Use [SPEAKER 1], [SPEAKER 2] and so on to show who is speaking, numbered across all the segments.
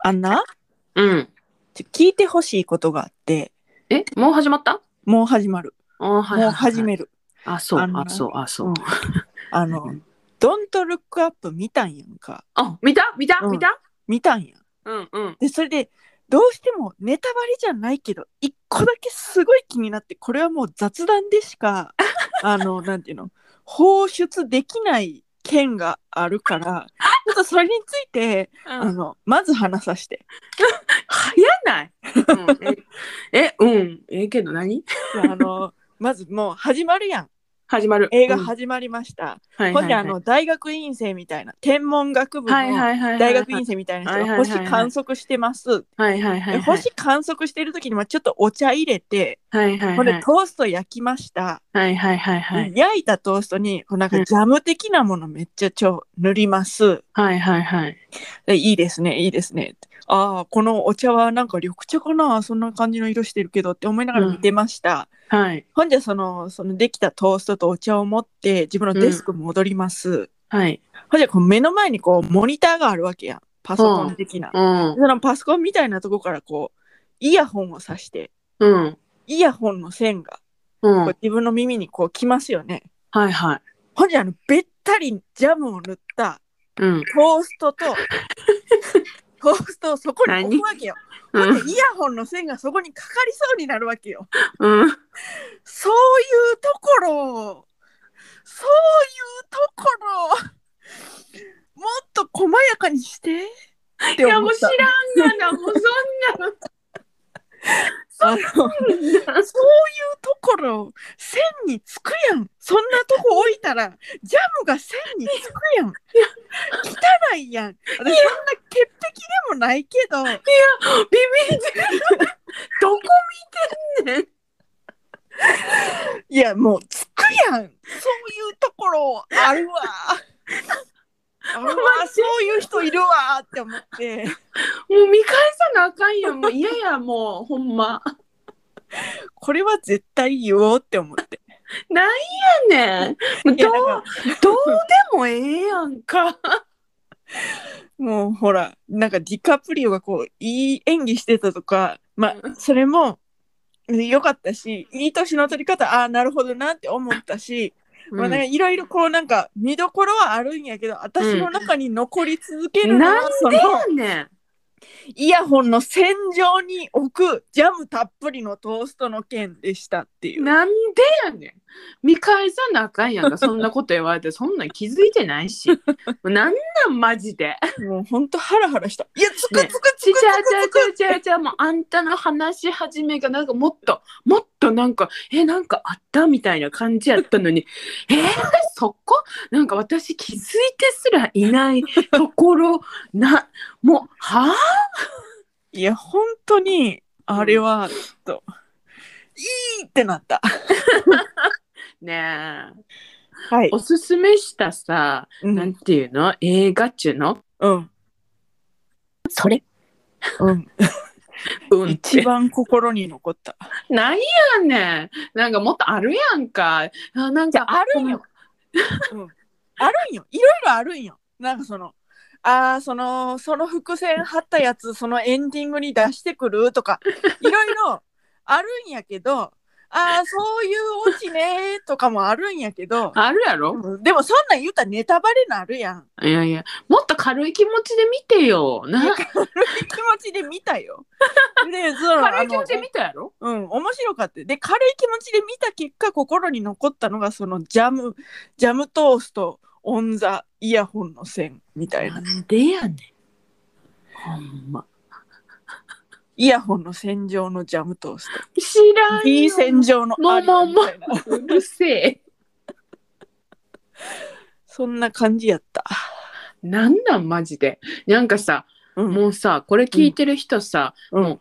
[SPEAKER 1] あんな
[SPEAKER 2] うん。
[SPEAKER 1] ちょ聞いてほしいことがあって
[SPEAKER 2] え、もう始まった
[SPEAKER 1] もう始まる、
[SPEAKER 2] あーはいはいはい
[SPEAKER 1] もう始める
[SPEAKER 2] あ、そう、
[SPEAKER 1] あの
[SPEAKER 2] あ、そう、あ、そう。
[SPEAKER 1] あの「ドントルックアップ見たんやんか
[SPEAKER 2] あ、見た見た
[SPEAKER 1] うん
[SPEAKER 2] 見た
[SPEAKER 1] 見たんやん
[SPEAKER 2] うんうん。
[SPEAKER 1] でそれでどうしてもネタバレじゃないけど一個だけすごい気になってこれはもう雑談でし かあのなんていうの放出できない件があるからちょっとそれについてあ
[SPEAKER 2] 早
[SPEAKER 1] のまず話させて
[SPEAKER 2] ない。うんえ、えうん。ええけど何
[SPEAKER 1] いやあのまずもう始まるやん
[SPEAKER 2] 始まる。
[SPEAKER 1] 映画
[SPEAKER 2] うん
[SPEAKER 1] 始まりました、
[SPEAKER 2] はい
[SPEAKER 1] ほ
[SPEAKER 2] は
[SPEAKER 1] ん
[SPEAKER 2] い
[SPEAKER 1] で
[SPEAKER 2] は
[SPEAKER 1] あ
[SPEAKER 2] い
[SPEAKER 1] の大学院生みたいな天文学部
[SPEAKER 2] はい
[SPEAKER 1] の
[SPEAKER 2] はいはいはい。
[SPEAKER 1] 大学院生みたいな人
[SPEAKER 2] はい
[SPEAKER 1] が
[SPEAKER 2] はいはい
[SPEAKER 1] 星
[SPEAKER 2] はい
[SPEAKER 1] 観測してます、
[SPEAKER 2] はいはいはい
[SPEAKER 1] で
[SPEAKER 2] はい。
[SPEAKER 1] 星観測してる時にまあちょっとお茶入れて、
[SPEAKER 2] はいはい
[SPEAKER 1] ほん
[SPEAKER 2] は
[SPEAKER 1] で
[SPEAKER 2] い。
[SPEAKER 1] トースト焼きました、
[SPEAKER 2] はいはいはいはい。
[SPEAKER 1] で焼いたトーストにこうなんか
[SPEAKER 2] うん
[SPEAKER 1] ジャム的なものめっちゃちょ塗ります
[SPEAKER 2] はいはいはい。
[SPEAKER 1] でいいですねいいですねああこのお茶はなんか緑茶かなそんな感じの色してるけどって思いながら見てました、
[SPEAKER 2] はい
[SPEAKER 1] ほんじゃそのそのできたトーストとお茶を持って自分のデスク戻ります、
[SPEAKER 2] はい。
[SPEAKER 1] ほんじゃこう目の前にこうモニターがあるわけやんパソコン的な、
[SPEAKER 2] うん
[SPEAKER 1] そのパソコンみたいなとこからこうイヤホンを挿して
[SPEAKER 2] うん
[SPEAKER 1] イヤホンの線が
[SPEAKER 2] うん。
[SPEAKER 1] こ
[SPEAKER 2] は
[SPEAKER 1] う自分の耳にこう来ますよね、
[SPEAKER 2] いはい。
[SPEAKER 1] ほんじゃあのべったりジャムを塗った
[SPEAKER 2] うん。
[SPEAKER 1] トースト とトーストをそこに置くわけよほ
[SPEAKER 2] うんん
[SPEAKER 1] でイヤホンの線がそこにかかりそうになるわけよ
[SPEAKER 2] うん。
[SPEAKER 1] そういうところそういうところもっと細やかにしてって
[SPEAKER 2] いや
[SPEAKER 1] 思
[SPEAKER 2] も
[SPEAKER 1] っ
[SPEAKER 2] う
[SPEAKER 1] た
[SPEAKER 2] 知らんがな、もう そ
[SPEAKER 1] あのそういうん
[SPEAKER 2] なの。
[SPEAKER 1] ところ線につくやんそんなとこ置いたらジャムが線につくやん汚いやん私そんな潔癖でもないけど
[SPEAKER 2] ビビってる。どこ見てんねん。
[SPEAKER 1] いやもうつくやんそういうところ あるわあるわそういう人いるわって思って。
[SPEAKER 2] もう見返さなあかんよ。もう嫌や、もうほんま。
[SPEAKER 1] これは絶対言おうって思って。
[SPEAKER 2] ねんもう
[SPEAKER 1] いや
[SPEAKER 2] ど
[SPEAKER 1] だか
[SPEAKER 2] うどうでもええやんか。
[SPEAKER 1] らもうほらなんかディカプリオがこういい演技してたとかまあ
[SPEAKER 2] うん
[SPEAKER 1] それも良かったしいい年の取り方ああなるほどなって思ったし、まあなんかいろいろこうなんか見どころはあるんやけど私の中に残り続けるのは、
[SPEAKER 2] なん
[SPEAKER 1] その
[SPEAKER 2] うんねん
[SPEAKER 1] イヤホンの線上に置くジャムたっぷりのトーストの件でしたっていう。
[SPEAKER 2] なんでやねん。見返さなあかんやんか。そんなこと言われて、そんなん気づいてないし。もうなんなんマジで。
[SPEAKER 1] もうほんとハラハラした。いやつくつくつくつ
[SPEAKER 2] ち
[SPEAKER 1] く
[SPEAKER 2] ゃちゃ
[SPEAKER 1] つく
[SPEAKER 2] ちゃちゃちゃもうあんたの話し始めがなんかもっともっとなんかえなんかあったみたいな感じやったのにえー、そこなんか私気づいてすらいない ところなもうはあ
[SPEAKER 1] いや本当にあれはちょっと、いいってなった。
[SPEAKER 2] ねえ
[SPEAKER 1] はい
[SPEAKER 2] お。すすめしたさ、
[SPEAKER 1] う
[SPEAKER 2] なん
[SPEAKER 1] ん。
[SPEAKER 2] ていうの映画っちゅうの
[SPEAKER 1] うん。
[SPEAKER 2] それ
[SPEAKER 1] うん、
[SPEAKER 2] うん
[SPEAKER 1] 一番心に残った。
[SPEAKER 2] なんやねんなんかもっとあるやんかあなん
[SPEAKER 1] じゃ
[SPEAKER 2] か
[SPEAKER 1] ああるんよ。うん、あるんよ。いろいろあるんよ。なんかその。あーそのその伏線張ったやつそのエンディングに出してくると かいろいろあるんやけどあーそういうオチねーとかもあるんやけど
[SPEAKER 2] あるやろ
[SPEAKER 1] でもそんなん言うたらネタバレなるやん
[SPEAKER 2] いやいや、もっと軽い気持ちで見てよ。な
[SPEAKER 1] 気持ちで見たよ。で、そ の
[SPEAKER 2] 軽い気持ちで見たやろ
[SPEAKER 1] あのうん、面白かった。で、軽い気持ちで見た結果、心に残ったのが、そのジャム、ジャムトースト、オンザ、イヤホンの線みたいな。
[SPEAKER 2] んでやねん。ほんま。
[SPEAKER 1] イヤホンの線上のジャムトース
[SPEAKER 2] 知らん
[SPEAKER 1] ト。
[SPEAKER 2] よ。
[SPEAKER 1] B 線上のアリアみたいな。
[SPEAKER 2] うるせえ。
[SPEAKER 1] そんな感じやった。
[SPEAKER 2] なんなんマジで。なんかさ、
[SPEAKER 1] うん、
[SPEAKER 2] もうさ、これ聞いてる人さ、
[SPEAKER 1] うん
[SPEAKER 2] もう、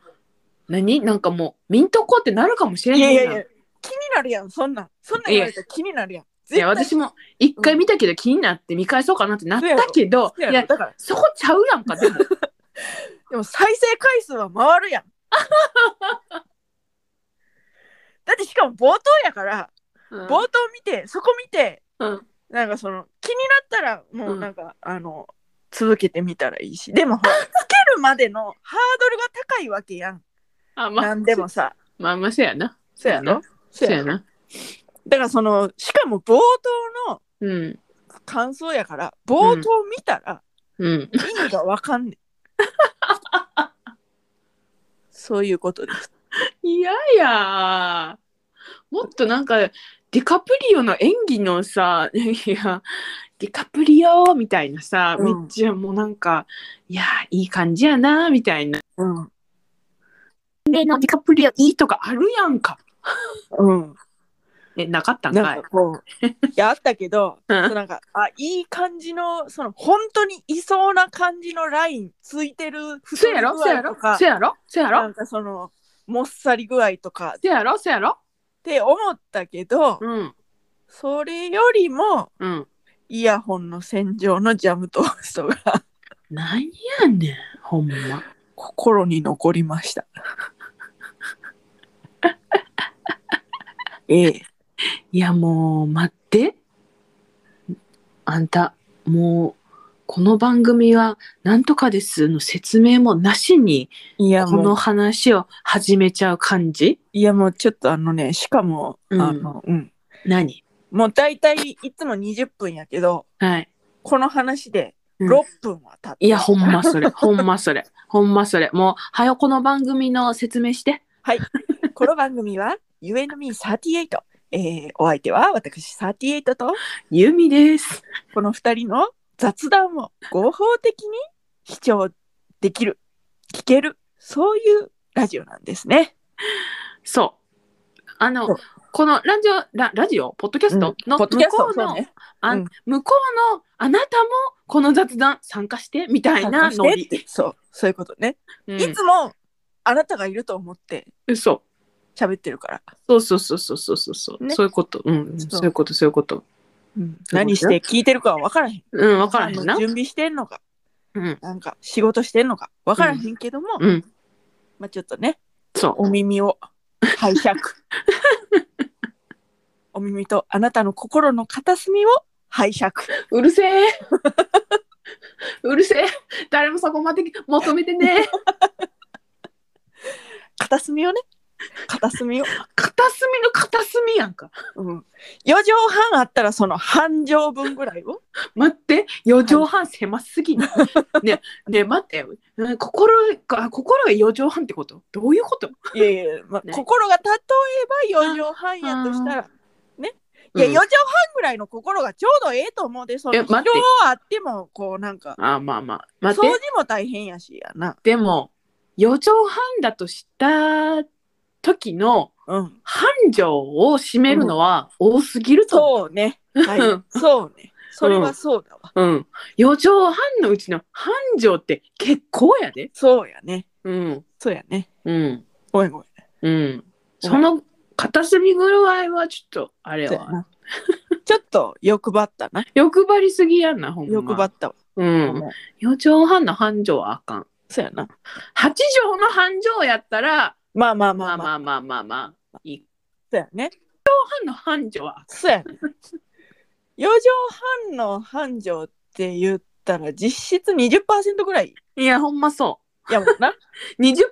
[SPEAKER 2] 何なんかもう、ミントコってなるかもしれ
[SPEAKER 1] い
[SPEAKER 2] な
[SPEAKER 1] や
[SPEAKER 2] い
[SPEAKER 1] い
[SPEAKER 2] な
[SPEAKER 1] や
[SPEAKER 2] い
[SPEAKER 1] いや、気になるやん、そんなん。そんなん言われたら気になるやん。絶
[SPEAKER 2] や私も一回見たけど気になって見返そうかなってなったけど、
[SPEAKER 1] そうや
[SPEAKER 2] い
[SPEAKER 1] ろ
[SPEAKER 2] や
[SPEAKER 1] だから、
[SPEAKER 2] そこちゃうやん かでも
[SPEAKER 1] でも再生回数は回るや ん。だってしかも冒頭やから、
[SPEAKER 2] うん
[SPEAKER 1] 冒頭見てそこ見て、
[SPEAKER 2] うん
[SPEAKER 1] なんかその気になったらもううん なんか、あの続けてみたらいいしでもほらつけるまでのハードルが高いわけやん。
[SPEAKER 2] あ、まあ、
[SPEAKER 1] なんでもさ。
[SPEAKER 2] まあまあ、そうやな。
[SPEAKER 1] そ
[SPEAKER 2] そ
[SPEAKER 1] や
[SPEAKER 2] ううや
[SPEAKER 1] ろ
[SPEAKER 2] な。
[SPEAKER 1] そ
[SPEAKER 2] そうう
[SPEAKER 1] や
[SPEAKER 2] や
[SPEAKER 1] ろ
[SPEAKER 2] な。
[SPEAKER 1] だからその、しかも冒頭の
[SPEAKER 2] うん。
[SPEAKER 1] 感想やから、冒頭見たら
[SPEAKER 2] うん。
[SPEAKER 1] 意味がわかんね ん。そういうことです。
[SPEAKER 2] いやいや。もっとなんか、ディカプリオの演技のさ、 いや、ディカプリオみたいなさ、
[SPEAKER 1] うん
[SPEAKER 2] めっちゃもうなんか、いや、いい感じやな、みたいな。
[SPEAKER 1] うん。
[SPEAKER 2] で、ディカプリオいいとかあるやんか。
[SPEAKER 1] うん。
[SPEAKER 2] え、なかったんか
[SPEAKER 1] ないんか。こう、いや、あったけど、
[SPEAKER 2] うん
[SPEAKER 1] そうなんか、あ、いい感じの、その、本当にいそうな感じのラインついてる不
[SPEAKER 2] そうやろそうやろ
[SPEAKER 1] とか
[SPEAKER 2] そう、やろそうや
[SPEAKER 1] な
[SPEAKER 2] ろ
[SPEAKER 1] んかその、もっさり具合とかっ
[SPEAKER 2] そうやろそうやろ
[SPEAKER 1] て思ったけど、
[SPEAKER 2] うん。
[SPEAKER 1] それよりも、
[SPEAKER 2] うん。
[SPEAKER 1] イヤホンの洗浄のジャムトーストが
[SPEAKER 2] なんやねん、ほんま。
[SPEAKER 1] 心に残りました。 ええ。
[SPEAKER 2] いやもう待ってあんたもうこの番組はなんとかですの説明もなしに
[SPEAKER 1] いや
[SPEAKER 2] こ
[SPEAKER 1] も
[SPEAKER 2] の
[SPEAKER 1] う、
[SPEAKER 2] 話を始めちゃう感じ
[SPEAKER 1] いやもうちょっとあのね、しかも、
[SPEAKER 2] うん
[SPEAKER 1] あの、うん。
[SPEAKER 2] 何
[SPEAKER 1] もう大体いつも20分やけど、
[SPEAKER 2] はい
[SPEAKER 1] この話で
[SPEAKER 2] うん
[SPEAKER 1] 6分は経った。
[SPEAKER 2] いやほんま それほんまそれほんまそれもうはよこの番組の説明して
[SPEAKER 1] この番組は、ゆえのみ38。えー、お相手は私38と、
[SPEAKER 2] ゆみです
[SPEAKER 1] この2人の雑談を合法的に視聴できる、聞ける、そういうラジオなんですね。
[SPEAKER 2] そうあ
[SPEAKER 1] そ
[SPEAKER 2] の
[SPEAKER 1] う
[SPEAKER 2] このラジオララジオポッドキャストの
[SPEAKER 1] ポ
[SPEAKER 2] 向
[SPEAKER 1] ッドキャス
[SPEAKER 2] こ
[SPEAKER 1] ト
[SPEAKER 2] うの、
[SPEAKER 1] そうね
[SPEAKER 2] あ
[SPEAKER 1] うん
[SPEAKER 2] 向こうのあなたもこの雑談参加してみたいなノリ、
[SPEAKER 1] そう、そういうことね。
[SPEAKER 2] うん
[SPEAKER 1] いつもあなたがいると思って
[SPEAKER 2] 嘘
[SPEAKER 1] 喋ってるから。
[SPEAKER 2] そうそうそうそうそうそうそう、
[SPEAKER 1] ね
[SPEAKER 2] そういうこと、うん、
[SPEAKER 1] そう
[SPEAKER 2] そういうこと、そういうこと。
[SPEAKER 1] 何して聞いてるかは分からへん。
[SPEAKER 2] うん、わからへんな
[SPEAKER 1] あの。準備してんのか、
[SPEAKER 2] うん、
[SPEAKER 1] なんか仕事してんのか分からへんけども、
[SPEAKER 2] うん、
[SPEAKER 1] まあちょっとね、
[SPEAKER 2] そう、
[SPEAKER 1] お耳を拝借。お耳とあなたの心の片隅を拝借。
[SPEAKER 2] うるせえ。うるせえ、誰もそこまで求めてねえ。
[SPEAKER 1] 片隅をね、片隅を。
[SPEAKER 2] 片隅の片隅やんか。
[SPEAKER 1] うん、4畳半あったらその半畳分ぐらいを。
[SPEAKER 2] 待って、四畳半狭すぎる。ね、ね、待って、うん心が、心が四畳半ってこと、どういうこと。
[SPEAKER 1] いやいや、まあ
[SPEAKER 2] ね
[SPEAKER 1] 心が例えば4畳半やとしたら、ね。いや、
[SPEAKER 2] う
[SPEAKER 1] 4
[SPEAKER 2] ん
[SPEAKER 1] 畳半ぐらいの心がちょうどええと思うで、その
[SPEAKER 2] え
[SPEAKER 1] 今
[SPEAKER 2] 待って
[SPEAKER 1] 日あっても、こうなんか、
[SPEAKER 2] あ、まあまあ、
[SPEAKER 1] 掃
[SPEAKER 2] 待
[SPEAKER 1] 除
[SPEAKER 2] って、
[SPEAKER 1] も大変やしやな。
[SPEAKER 2] でも、四畳半だとした時の。
[SPEAKER 1] うん。
[SPEAKER 2] 繁盛を占めるのは多すぎると思う
[SPEAKER 1] そうね。はい
[SPEAKER 2] うん。
[SPEAKER 1] そうね。それはそうだわ。
[SPEAKER 2] うん。4畳半のうちの半畳って結構やで。
[SPEAKER 1] そうやね。
[SPEAKER 2] うん。
[SPEAKER 1] そうやね。
[SPEAKER 2] うん。
[SPEAKER 1] ごめんごめん。
[SPEAKER 2] うん。その片隅ぐらいはちょっと、あれ
[SPEAKER 1] そうや
[SPEAKER 2] は。
[SPEAKER 1] なちょっと欲張った な。
[SPEAKER 2] 欲張りすぎやんな、ほんま。
[SPEAKER 1] 欲張ったわ。
[SPEAKER 2] うん。4畳半の半畳はあかん。
[SPEAKER 1] そうやな。
[SPEAKER 2] 8畳の半畳やったら、
[SPEAKER 1] まあまあま
[SPEAKER 2] ま
[SPEAKER 1] あ
[SPEAKER 2] あ
[SPEAKER 1] まあ。
[SPEAKER 2] まあまあまあまあ。いい。
[SPEAKER 1] そうやね。
[SPEAKER 2] 半の半畳は。
[SPEAKER 1] そうやね。4畳半の繁盛って言ったら実質20%ぐらい
[SPEAKER 2] いや、ほんまそ
[SPEAKER 1] やもん な。
[SPEAKER 2] う。20%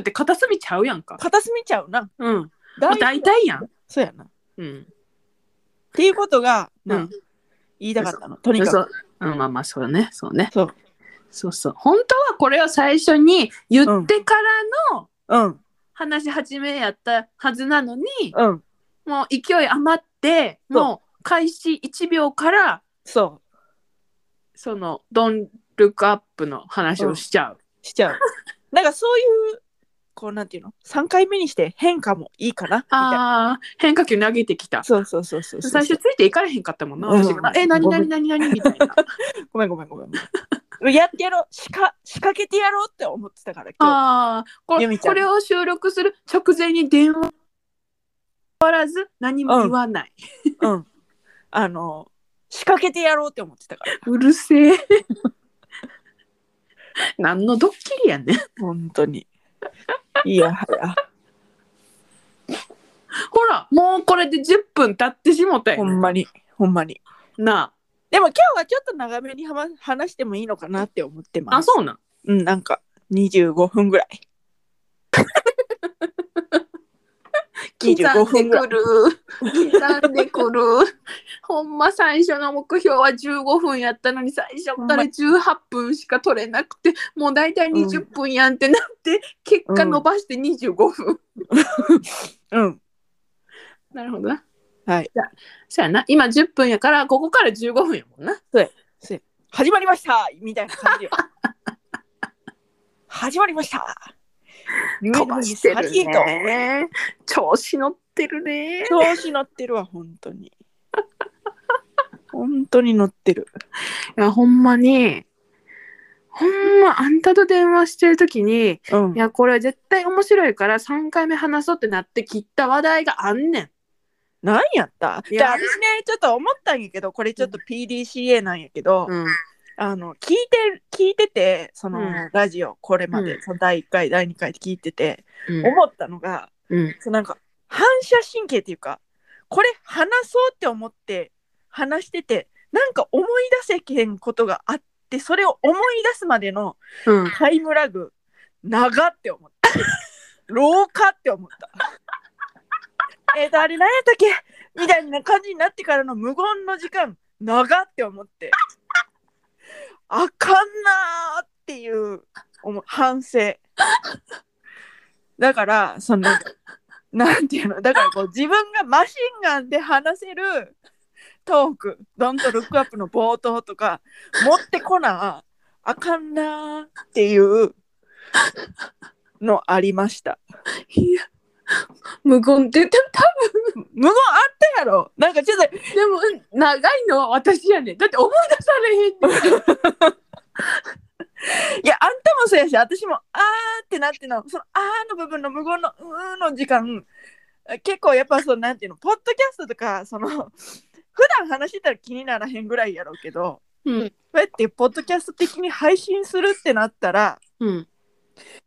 [SPEAKER 2] って片隅ちゃうやんか。
[SPEAKER 1] 片隅ちゃうな。
[SPEAKER 2] うん。も
[SPEAKER 1] だ
[SPEAKER 2] う大体やん。
[SPEAKER 1] そうやな。っ
[SPEAKER 2] うん。
[SPEAKER 1] ていうことが、まあ
[SPEAKER 2] うん
[SPEAKER 1] 言いたかったの。とにか
[SPEAKER 2] そ
[SPEAKER 1] く。
[SPEAKER 2] ううん、まあまあそうねそうね
[SPEAKER 1] そう
[SPEAKER 2] そうそう本当はこれを最初に言ってからの
[SPEAKER 1] うん。
[SPEAKER 2] 話し始めやったはずなのに、
[SPEAKER 1] うん。
[SPEAKER 2] もう勢い余って
[SPEAKER 1] そう
[SPEAKER 2] もう開始1秒から
[SPEAKER 1] そう。
[SPEAKER 2] そのドンルックアップの話をしちゃう、
[SPEAKER 1] しちゃ う。なんかそういう、こうなんていうの ?3 回目にして変化もいいかなみたいな。
[SPEAKER 2] ああ変化球投げてきた
[SPEAKER 1] そうそうそうそうそう。
[SPEAKER 2] 最初ついていかれへんかったもんな、
[SPEAKER 1] うん
[SPEAKER 2] 私が「え何何何何?」みた いな
[SPEAKER 1] ごめんごめんごめん。やってやろう。しか、仕掛けてやろうって思ってたから今
[SPEAKER 2] ああこ
[SPEAKER 1] ゆみ
[SPEAKER 2] れ
[SPEAKER 1] ちゃん
[SPEAKER 2] これを収録する直前に電話終わらず何も言わない、
[SPEAKER 1] 日。うん。あの、仕掛けてやろうって思ってたから。
[SPEAKER 2] うるせえ。 何のドッキリやねん。
[SPEAKER 1] 本当に。いやはや。
[SPEAKER 2] ほら、もうこれで10分経ってしもた
[SPEAKER 1] ほ
[SPEAKER 2] よ、
[SPEAKER 1] んまに。ほんまに。
[SPEAKER 2] な
[SPEAKER 1] でも今日はちょっと長めにはま話してもいいのかなって思って
[SPEAKER 2] あ。
[SPEAKER 1] ま
[SPEAKER 2] あ、
[SPEAKER 1] す。
[SPEAKER 2] そうなん。
[SPEAKER 1] うん、なんか25分ぐらい。
[SPEAKER 2] 刻
[SPEAKER 1] 25分ぐ
[SPEAKER 2] んで
[SPEAKER 1] ら
[SPEAKER 2] く
[SPEAKER 1] い。
[SPEAKER 2] る。刻んでくる。 ほんま最初の目標は15分やったのに最初から18分しか取れなくてもう大体20分やんってなって結果伸ばして25分。
[SPEAKER 1] うん。
[SPEAKER 2] なるほどな。
[SPEAKER 1] はい。
[SPEAKER 2] そやな。今10分やからここから15分やもんな。
[SPEAKER 1] 始まりましたみたいな感じよ。始まりました
[SPEAKER 2] 飛ばしてる
[SPEAKER 1] 夢の38
[SPEAKER 2] ね。調子乗ってる ね。
[SPEAKER 1] 調子乗ってるわ、本当に。本当に乗ってる。
[SPEAKER 2] いやほんまに。ほんまあんたと電話してる時に
[SPEAKER 1] うん
[SPEAKER 2] い。やこれ絶対面白いから3回目話そうってなって切った話題があんねん。
[SPEAKER 1] 何やった
[SPEAKER 2] い
[SPEAKER 1] で
[SPEAKER 2] や
[SPEAKER 1] 私ねちょっと思ったんやけどこれちょっと PDCA なんやけど、
[SPEAKER 2] うん
[SPEAKER 1] あの聞いて聞いててその、
[SPEAKER 2] うん
[SPEAKER 1] ラジオこれまで、
[SPEAKER 2] うん
[SPEAKER 1] その第1回第2回って聞いてて、
[SPEAKER 2] うん
[SPEAKER 1] 思ったのが
[SPEAKER 2] うん
[SPEAKER 1] そのなんか反射神経っていうかこれ話そうって思って話しててなんか思い出せけんことがあってそれを思い出すまでの
[SPEAKER 2] うん、
[SPEAKER 1] タイムラグ長って思った。老化って思った。 えっとあれ何やったっけみたいな感じになってからの無言の時間長って思ってあかんなーっていう思う反省だからそのなんていうのだからこう自分がマシンガンで話せるトーク「ドンとルックアップ」の冒頭とか持ってこなあかんなーっていうのありました。
[SPEAKER 2] いや無言って言ってた
[SPEAKER 1] 無言あったやろなんかちょっと
[SPEAKER 2] でもうん長いのは私やねんだって思い出されへんねん
[SPEAKER 1] いやあんたもそうやし私もあーってなってのそのあーの部分の無言のうーの時間結構やっぱそのなんていうのポッドキャストとかその 普段話してたら気にならへんぐらいやろうけど
[SPEAKER 2] うん
[SPEAKER 1] こうやってポッドキャスト的に配信するってなったら
[SPEAKER 2] うん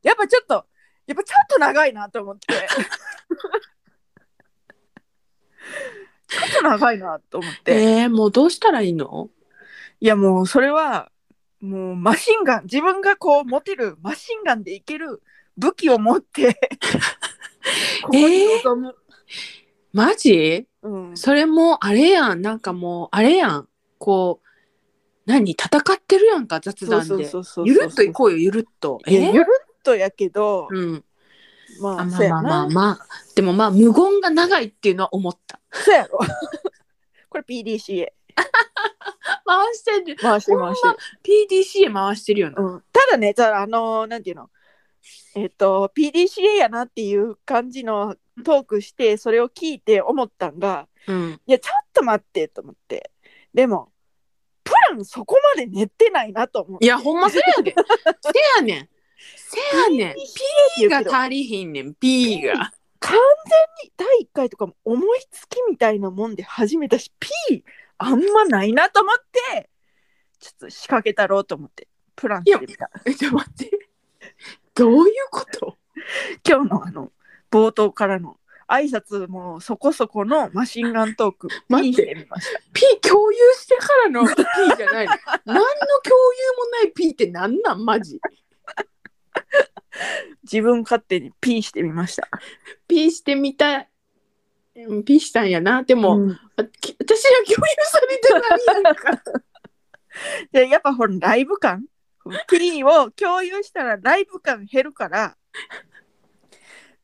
[SPEAKER 1] やっぱちょっとやっぱちょっと長いなと思ってちょっと長いなと思って。
[SPEAKER 2] えー、もうどうしたらいいの
[SPEAKER 1] いやもうそれはもうマシンガン自分がこう持てるマシンガンでいける武器を持って ここに臨む、
[SPEAKER 2] マジ
[SPEAKER 1] うん、
[SPEAKER 2] それもあれやんなんかもうあれやんこう何戦ってるやんか雑談で
[SPEAKER 1] うそ
[SPEAKER 2] ゆるっといこうよゆるっと
[SPEAKER 1] いや
[SPEAKER 2] え
[SPEAKER 1] ゆるっとやけど、
[SPEAKER 2] うん、
[SPEAKER 1] ま
[SPEAKER 2] あ
[SPEAKER 1] あ
[SPEAKER 2] ま
[SPEAKER 1] そう
[SPEAKER 2] あ
[SPEAKER 1] や
[SPEAKER 2] まあまあ
[SPEAKER 1] な
[SPEAKER 2] まあでもまあ無言が長いっていうのは思った
[SPEAKER 1] そうやろ これ PDCA
[SPEAKER 2] 回してる
[SPEAKER 1] 回して回して、
[SPEAKER 2] PDCA 回してるよな
[SPEAKER 1] うん、ただねただあのーなんていうのえっと PDCA やなっていう感じのトークしてそれを聞いて思ったんが、
[SPEAKER 2] うん
[SPEAKER 1] いや、ちょっと待ってと思って。でも、プランそこまで練ってないなと思って。
[SPEAKER 2] いや、ほんませやで。 せやねん。せやねん。P
[SPEAKER 1] い
[SPEAKER 2] が
[SPEAKER 1] や、完
[SPEAKER 2] 足りひんねん。P が。
[SPEAKER 1] 全に第1回とかも思いつきみたいなもんで始めたし、P あんまないなと思って、ちょっと仕掛けたろうと思って、プランしてみた。
[SPEAKER 2] え、 ちょ、待って。どういうこと
[SPEAKER 1] 今日のあの、冒頭からの挨拶もそこそこのマシンガントーク
[SPEAKER 2] 待
[SPEAKER 1] に
[SPEAKER 2] っ
[SPEAKER 1] しててみました。
[SPEAKER 2] ?P 共有してからの P じゃないの。何の共有もない P ってなんなんマジ。
[SPEAKER 1] 自分勝手に P してみました。
[SPEAKER 2] P してみたい。うん P したんやな。でも、
[SPEAKER 1] うん
[SPEAKER 2] あき私は共有されてないやんか。
[SPEAKER 1] でやっぱほらライブ感 P を共有したらライブ感減るから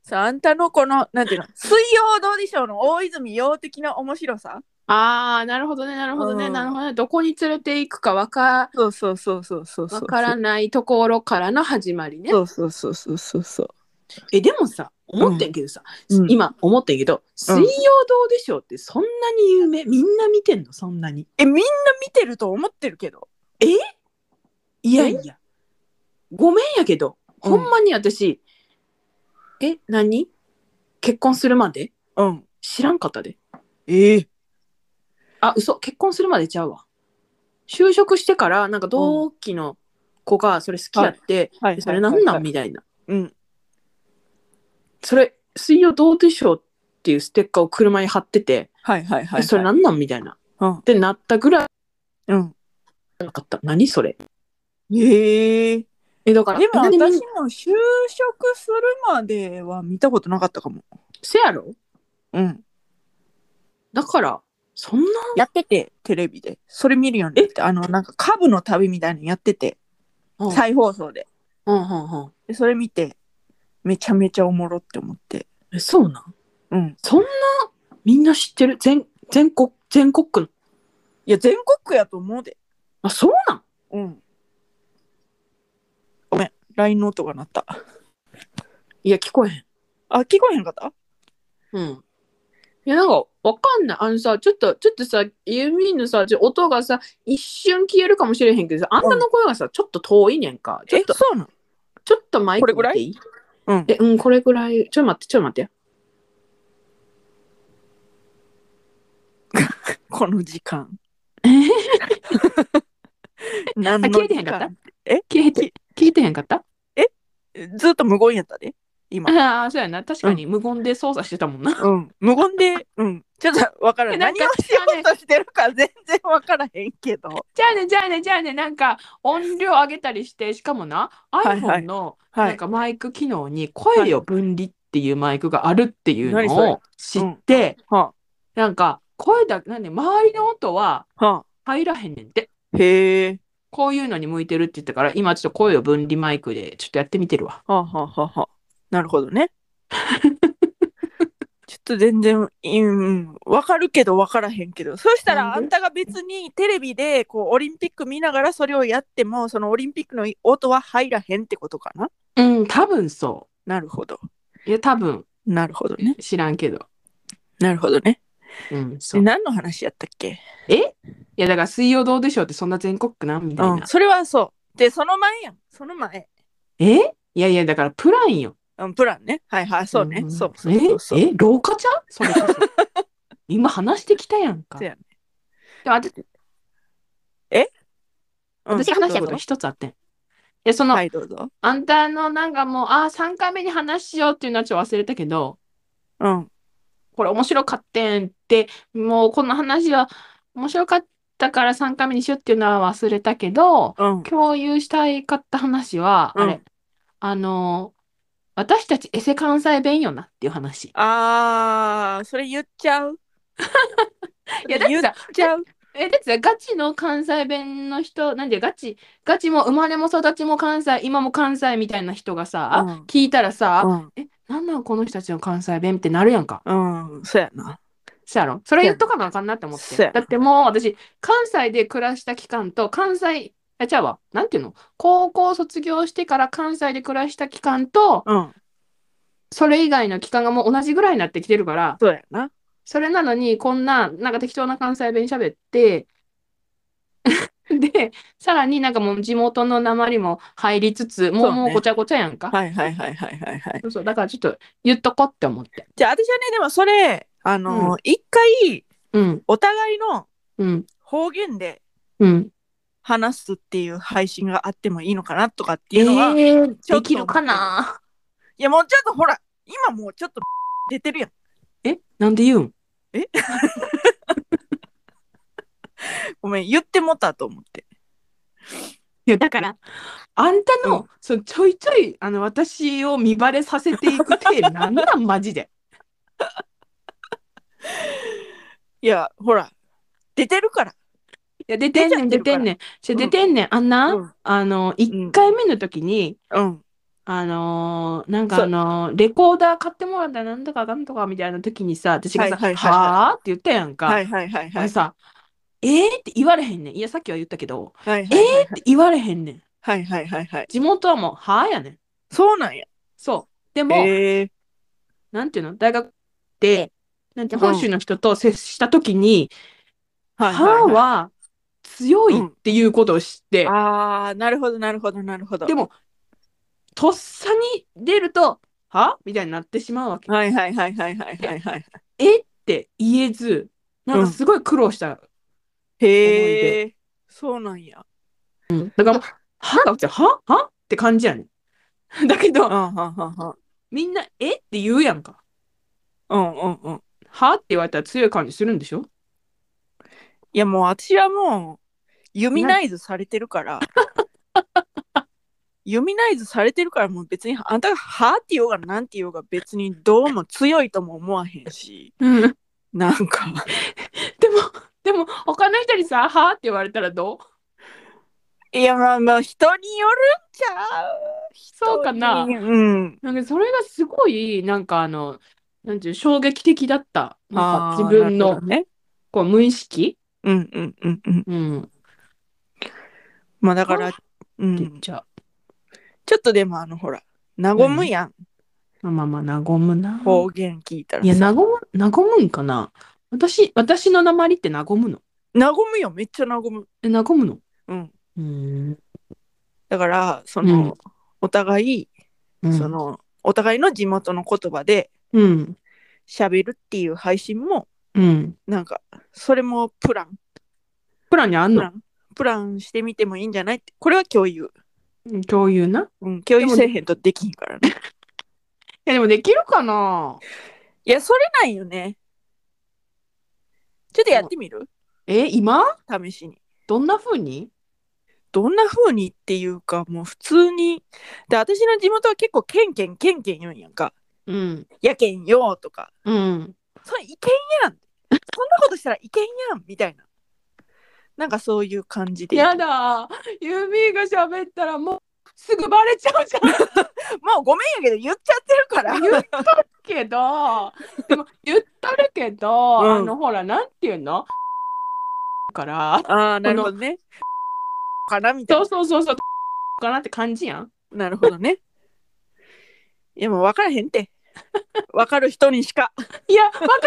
[SPEAKER 1] さああんたのこのなんていうの水曜どうでしょうの大泉洋的な面白さ
[SPEAKER 2] あー、なるほどね、なるほどね、
[SPEAKER 1] うん
[SPEAKER 2] なるほどね。どこに連れていくかわか
[SPEAKER 1] そうそうそうそうそうそ
[SPEAKER 2] わ
[SPEAKER 1] う
[SPEAKER 2] からないところからの始まりね。
[SPEAKER 1] そうそうそうそうそうそう
[SPEAKER 2] えでもさ思ってんけどさ、
[SPEAKER 1] うん
[SPEAKER 2] 今思ってんけど「水曜どうでしょう」ってそんなに有名みんな見てんのそんなに
[SPEAKER 1] えみんな見てると思ってるけど
[SPEAKER 2] いやいやごめんやけどほんまに私、え何結婚するまで
[SPEAKER 1] うん
[SPEAKER 2] 知らんかったで
[SPEAKER 1] ええ
[SPEAKER 2] あ嘘結婚するまでちゃうわ就職してからなんか同期の子がそれ好きやって、
[SPEAKER 1] はい
[SPEAKER 2] えそれなんなん
[SPEAKER 1] はい
[SPEAKER 2] みたいな
[SPEAKER 1] うん
[SPEAKER 2] それ「水曜どうでしょう」っていうステッカーを車に貼ってて、
[SPEAKER 1] はいはいはい
[SPEAKER 2] えそれなんなんみたいな
[SPEAKER 1] うん
[SPEAKER 2] ってなったぐらい
[SPEAKER 1] うん
[SPEAKER 2] なかった何それ
[SPEAKER 1] ええ
[SPEAKER 2] えだから
[SPEAKER 1] でも
[SPEAKER 2] なん
[SPEAKER 1] 私
[SPEAKER 2] みん
[SPEAKER 1] も就職するまでは見たことなかったかも。
[SPEAKER 2] せやろ
[SPEAKER 1] うん。
[SPEAKER 2] だからそんな
[SPEAKER 1] やってて、テレビで。それ見るようになって、あの、なんか株の旅みたいなのやってて、
[SPEAKER 2] うんうん
[SPEAKER 1] 再放送で。
[SPEAKER 2] うんうん
[SPEAKER 1] で、それ見て、めちゃめちゃおもろって思って。
[SPEAKER 2] えそうなん
[SPEAKER 1] うん。
[SPEAKER 2] そんなみんな知ってる全全国全国区の
[SPEAKER 1] いや、全国区やと思うで。
[SPEAKER 2] あそうなん
[SPEAKER 1] うん。ごめん、LINE の音が鳴った。
[SPEAKER 2] いや聞こえへん
[SPEAKER 1] あ、聞こえへんかった
[SPEAKER 2] うんいやなんかわかんないあのさちょっとちょっとさユーミンのさちょ音がさ一瞬消えるかもしれへんけどさあんたの声がさ、ちょっと遠いねんかちょ
[SPEAKER 1] え
[SPEAKER 2] っ、と
[SPEAKER 1] そうなの
[SPEAKER 2] ちょっとマイク
[SPEAKER 1] これぐらい
[SPEAKER 2] 見ていい
[SPEAKER 1] うん。
[SPEAKER 2] えうんこれぐらいちょっと待ってちょっと待って
[SPEAKER 1] この時間。
[SPEAKER 2] えー
[SPEAKER 1] 何
[SPEAKER 2] あ消えてへんかった
[SPEAKER 1] え
[SPEAKER 2] 消えて消えてへんかった
[SPEAKER 1] ずっと無言やったで、今。
[SPEAKER 2] ああそうやな確かに無言で操作してたもんな、
[SPEAKER 1] うん、無言で、うん、ちょっとわからん。
[SPEAKER 2] な
[SPEAKER 1] 何
[SPEAKER 2] んか
[SPEAKER 1] をしようとしてるか全然わからへんけど。
[SPEAKER 2] じゃあねじゃあねじゃあねなんか音量上げたりしてしかもな
[SPEAKER 1] はいはい
[SPEAKER 2] iPhone の
[SPEAKER 1] はい
[SPEAKER 2] なんかマイク機能に声を分離っていうマイクがあるっていう
[SPEAKER 1] 何それ
[SPEAKER 2] のを知って、
[SPEAKER 1] は
[SPEAKER 2] なんか声だなんで周りの音は
[SPEAKER 1] あ、は
[SPEAKER 2] 入らへんねんって
[SPEAKER 1] あ、へえ、
[SPEAKER 2] こういうのに向いてるって言ったから今ちょっと声を分離マイクでちょっとやってみてるわ
[SPEAKER 1] はあ、はあはあはあ、なるほどね。 ちょっと全然、うん、わかるけどわからへんけど。そしたら
[SPEAKER 2] な
[SPEAKER 1] あ
[SPEAKER 2] んで
[SPEAKER 1] んたが別にテレビでこうオリンピック見ながらそれをやっても、そのオリンピックの音は入らへんってことかな
[SPEAKER 2] うん多分そ
[SPEAKER 1] なるほど。
[SPEAKER 2] ういや多分
[SPEAKER 1] なるほどね。
[SPEAKER 2] 知らんけど
[SPEAKER 1] なるほどね。
[SPEAKER 2] うんそう
[SPEAKER 1] で何の話やったっけ
[SPEAKER 2] いやだから水曜どうでしょうってそんな全国区なんみたいな、
[SPEAKER 1] うん、それはそう。で、その前やん。その前。
[SPEAKER 2] えいやいやだからプランよ
[SPEAKER 1] うん、プランね。はいはい、そうね。
[SPEAKER 2] ん
[SPEAKER 1] そうそうそうそう。
[SPEAKER 2] ええ老化ちゃんそれこ そ今話してきたやんか。
[SPEAKER 1] そうやね
[SPEAKER 2] でもあと
[SPEAKER 1] うん
[SPEAKER 2] 私が話したいことが一つあってん。でその、
[SPEAKER 1] はい、どうぞ。
[SPEAKER 2] あんたのなんかもうああ3回目に話しようっていうのはちょっと忘れたけど
[SPEAKER 1] うん。
[SPEAKER 2] これ面白かってんってもうこの話は面白かったから3回目にしようっていうのは忘れたけど
[SPEAKER 1] うん。
[SPEAKER 2] 共有したいかった話は、あ
[SPEAKER 1] う
[SPEAKER 2] れ
[SPEAKER 1] ん
[SPEAKER 2] あの私たちエセ関西弁よなっていう話。
[SPEAKER 1] あー、それ言っちゃう。
[SPEAKER 2] いやだって
[SPEAKER 1] 言っ
[SPEAKER 2] さ
[SPEAKER 1] ちゃう。
[SPEAKER 2] え、だってさガチの関西弁の人、なんでガチ、ガチも生まれも育ちも関西、今も関西みたいな人がさ、
[SPEAKER 1] うん
[SPEAKER 2] 聞いたらさ、
[SPEAKER 1] うん。
[SPEAKER 2] え、なんなんこの人たちの関西弁ってなるやんか。
[SPEAKER 1] うん、そうやな。
[SPEAKER 2] そやろそれ言っとかなあかんなって思っ
[SPEAKER 1] そや
[SPEAKER 2] て。
[SPEAKER 1] な
[SPEAKER 2] だってもう私、関西で暮らした期間と、関西、あ、ちゃうわ、なんていうの高校卒業してから関西で暮らした期間と、
[SPEAKER 1] うん、
[SPEAKER 2] それ以外の期間がもう同じぐらいになってきてるから、
[SPEAKER 1] そうやな。
[SPEAKER 2] それなのに、こんな、なんか適当な関西弁喋って、 で、さらになんかもう地元の訛りも入りつつ、も
[SPEAKER 1] そう
[SPEAKER 2] う
[SPEAKER 1] ね
[SPEAKER 2] もうごちゃごちゃやんか。
[SPEAKER 1] はいはいはいはいはいはい。
[SPEAKER 2] そうそう、だからちょっと言っとこって思って。
[SPEAKER 1] じゃあ私はね、でもそれ、あのー、一、回、
[SPEAKER 2] うん、
[SPEAKER 1] お互いの
[SPEAKER 2] うん、
[SPEAKER 1] 方言で
[SPEAKER 2] うん。
[SPEAKER 1] 話すっていう配信があってもいいのかなとかって
[SPEAKER 2] え
[SPEAKER 1] いうのは、い
[SPEAKER 2] ー、
[SPEAKER 1] ちょっと思ってる
[SPEAKER 2] できるかな
[SPEAKER 1] やもうちょっとほら、今もうちょっと 出てるやん。
[SPEAKER 2] え、なんで言うん
[SPEAKER 1] ごめん、言ってもたと思って。
[SPEAKER 2] いや、だから、あんた
[SPEAKER 1] うん
[SPEAKER 2] の、そうちょいちょい、あの、私を見バレさせていく って、なんなん、マジで。
[SPEAKER 1] いや、ほら、出てるから。
[SPEAKER 2] いや、出てんねん、
[SPEAKER 1] 出ちゃ
[SPEAKER 2] 出て
[SPEAKER 1] ってるから
[SPEAKER 2] んねん。ちょ出てんねん。あんな、
[SPEAKER 1] うん
[SPEAKER 2] あの、1回目の時に、
[SPEAKER 1] うん。
[SPEAKER 2] あのーなん
[SPEAKER 1] そ
[SPEAKER 2] か
[SPEAKER 1] う
[SPEAKER 2] あのーレコーダー買ってもらったなんとかかんとかみたいな時にさ、私が
[SPEAKER 1] は
[SPEAKER 2] さ、
[SPEAKER 1] いはいはいはい
[SPEAKER 2] はあって言ったやんか。
[SPEAKER 1] はいはいはい
[SPEAKER 2] あ
[SPEAKER 1] は
[SPEAKER 2] の
[SPEAKER 1] い。
[SPEAKER 2] さ、えーって言われへんねん。いや、さっきは言ったけど、
[SPEAKER 1] はい
[SPEAKER 2] えーって言われへんねん。
[SPEAKER 1] はいはいはいはい。
[SPEAKER 2] 地元はもう、はあやねん。
[SPEAKER 1] そうなんや。
[SPEAKER 2] そう。でも、
[SPEAKER 1] ええ
[SPEAKER 2] なんていうの、大学で、なんていうの
[SPEAKER 1] うん
[SPEAKER 2] 本州の人と接した時に、
[SPEAKER 1] はい
[SPEAKER 2] はあ
[SPEAKER 1] いい
[SPEAKER 2] は強いっていうことを知って、
[SPEAKER 1] ああ、なるほどなるほどなるほど。
[SPEAKER 2] でも、とっさに出ると、はみたいになってしまうわけ。
[SPEAKER 1] はいはいはいはいはいはいはい。
[SPEAKER 2] えって言えず、なんかすごい苦労した。
[SPEAKER 1] へえ。そうなんや。
[SPEAKER 2] だからもう、はって、ははって感じやね ん。だけ
[SPEAKER 1] うんう
[SPEAKER 2] ど、
[SPEAKER 1] んうん
[SPEAKER 2] みんな、えって言うやんか。
[SPEAKER 1] うんうんうんうん。
[SPEAKER 2] はって言われたら強い感じするんでしょ
[SPEAKER 1] い やもう私はもう、ユミナイズされてるから。ユミナイズされてるからもう別にあんたが「は」って言おうがなんて言おうが別にどうも強いとも思わへんし
[SPEAKER 2] うん、でも
[SPEAKER 1] なんか
[SPEAKER 2] でも他の人にさ「はあ?」って言われたらどう
[SPEAKER 1] いやまあまあ人によるんちゃう
[SPEAKER 2] そうかな
[SPEAKER 1] うん
[SPEAKER 2] なんかそれがすごいなんかあのなんていう衝撃的だったな
[SPEAKER 1] あ
[SPEAKER 2] んか
[SPEAKER 1] ー
[SPEAKER 2] 自分
[SPEAKER 1] なる
[SPEAKER 2] の
[SPEAKER 1] ほどね
[SPEAKER 2] こう無意識、
[SPEAKER 1] うんうんうんうん
[SPEAKER 2] うん、
[SPEAKER 1] まあだからう
[SPEAKER 2] って言っ
[SPEAKER 1] ん
[SPEAKER 2] ちゃ
[SPEAKER 1] ちょっとでもあのほら和むやん、
[SPEAKER 2] う。まあまあまあ、和むな。
[SPEAKER 1] 方言聞いたら
[SPEAKER 2] いや、
[SPEAKER 1] さ
[SPEAKER 2] 和む、和むんかな。私、私の鉛って和むの。
[SPEAKER 1] 和むよめっちゃ和む
[SPEAKER 2] え、和むの。
[SPEAKER 1] うん
[SPEAKER 2] うーん。
[SPEAKER 1] だからその、
[SPEAKER 2] うん
[SPEAKER 1] お互い
[SPEAKER 2] うん
[SPEAKER 1] そのお互いの地元の言葉で
[SPEAKER 2] うん。
[SPEAKER 1] 喋るっていう配信も
[SPEAKER 2] うん。
[SPEAKER 1] なんかそれもプラン
[SPEAKER 2] プランにあ
[SPEAKER 1] プ
[SPEAKER 2] んの
[SPEAKER 1] ランプランしてみてもいいんじゃないってこれは共有、
[SPEAKER 2] 共有な。い
[SPEAKER 1] うん、共有せえへんとできひんからね
[SPEAKER 2] や、でもできるかない
[SPEAKER 1] やそれないよねちょっとやってみる
[SPEAKER 2] え、今
[SPEAKER 1] 試しに
[SPEAKER 2] どんな風に
[SPEAKER 1] どんな風にっていうかもう普通にで私の地元は結構ケンケンケンケン言うんやんか
[SPEAKER 2] うん。
[SPEAKER 1] やけんよとか
[SPEAKER 2] うん。
[SPEAKER 1] それいけんやんそんなことしたらいけんやんみたいななんかそういう感じで
[SPEAKER 2] やだ。ユミが喋ったらもうすぐバレちゃうじゃん。
[SPEAKER 1] もうごめんやけど言っちゃってるから
[SPEAKER 2] 言っ とるけどでも言っとるけど、
[SPEAKER 1] うん
[SPEAKER 2] あのほらなんていうのから
[SPEAKER 1] ああなるほどねかなみたいな
[SPEAKER 2] そうそうそうそうかなって感じやん
[SPEAKER 1] なるほどね。いやもう分からへんて。分かる人にしか、
[SPEAKER 2] いやわかるだ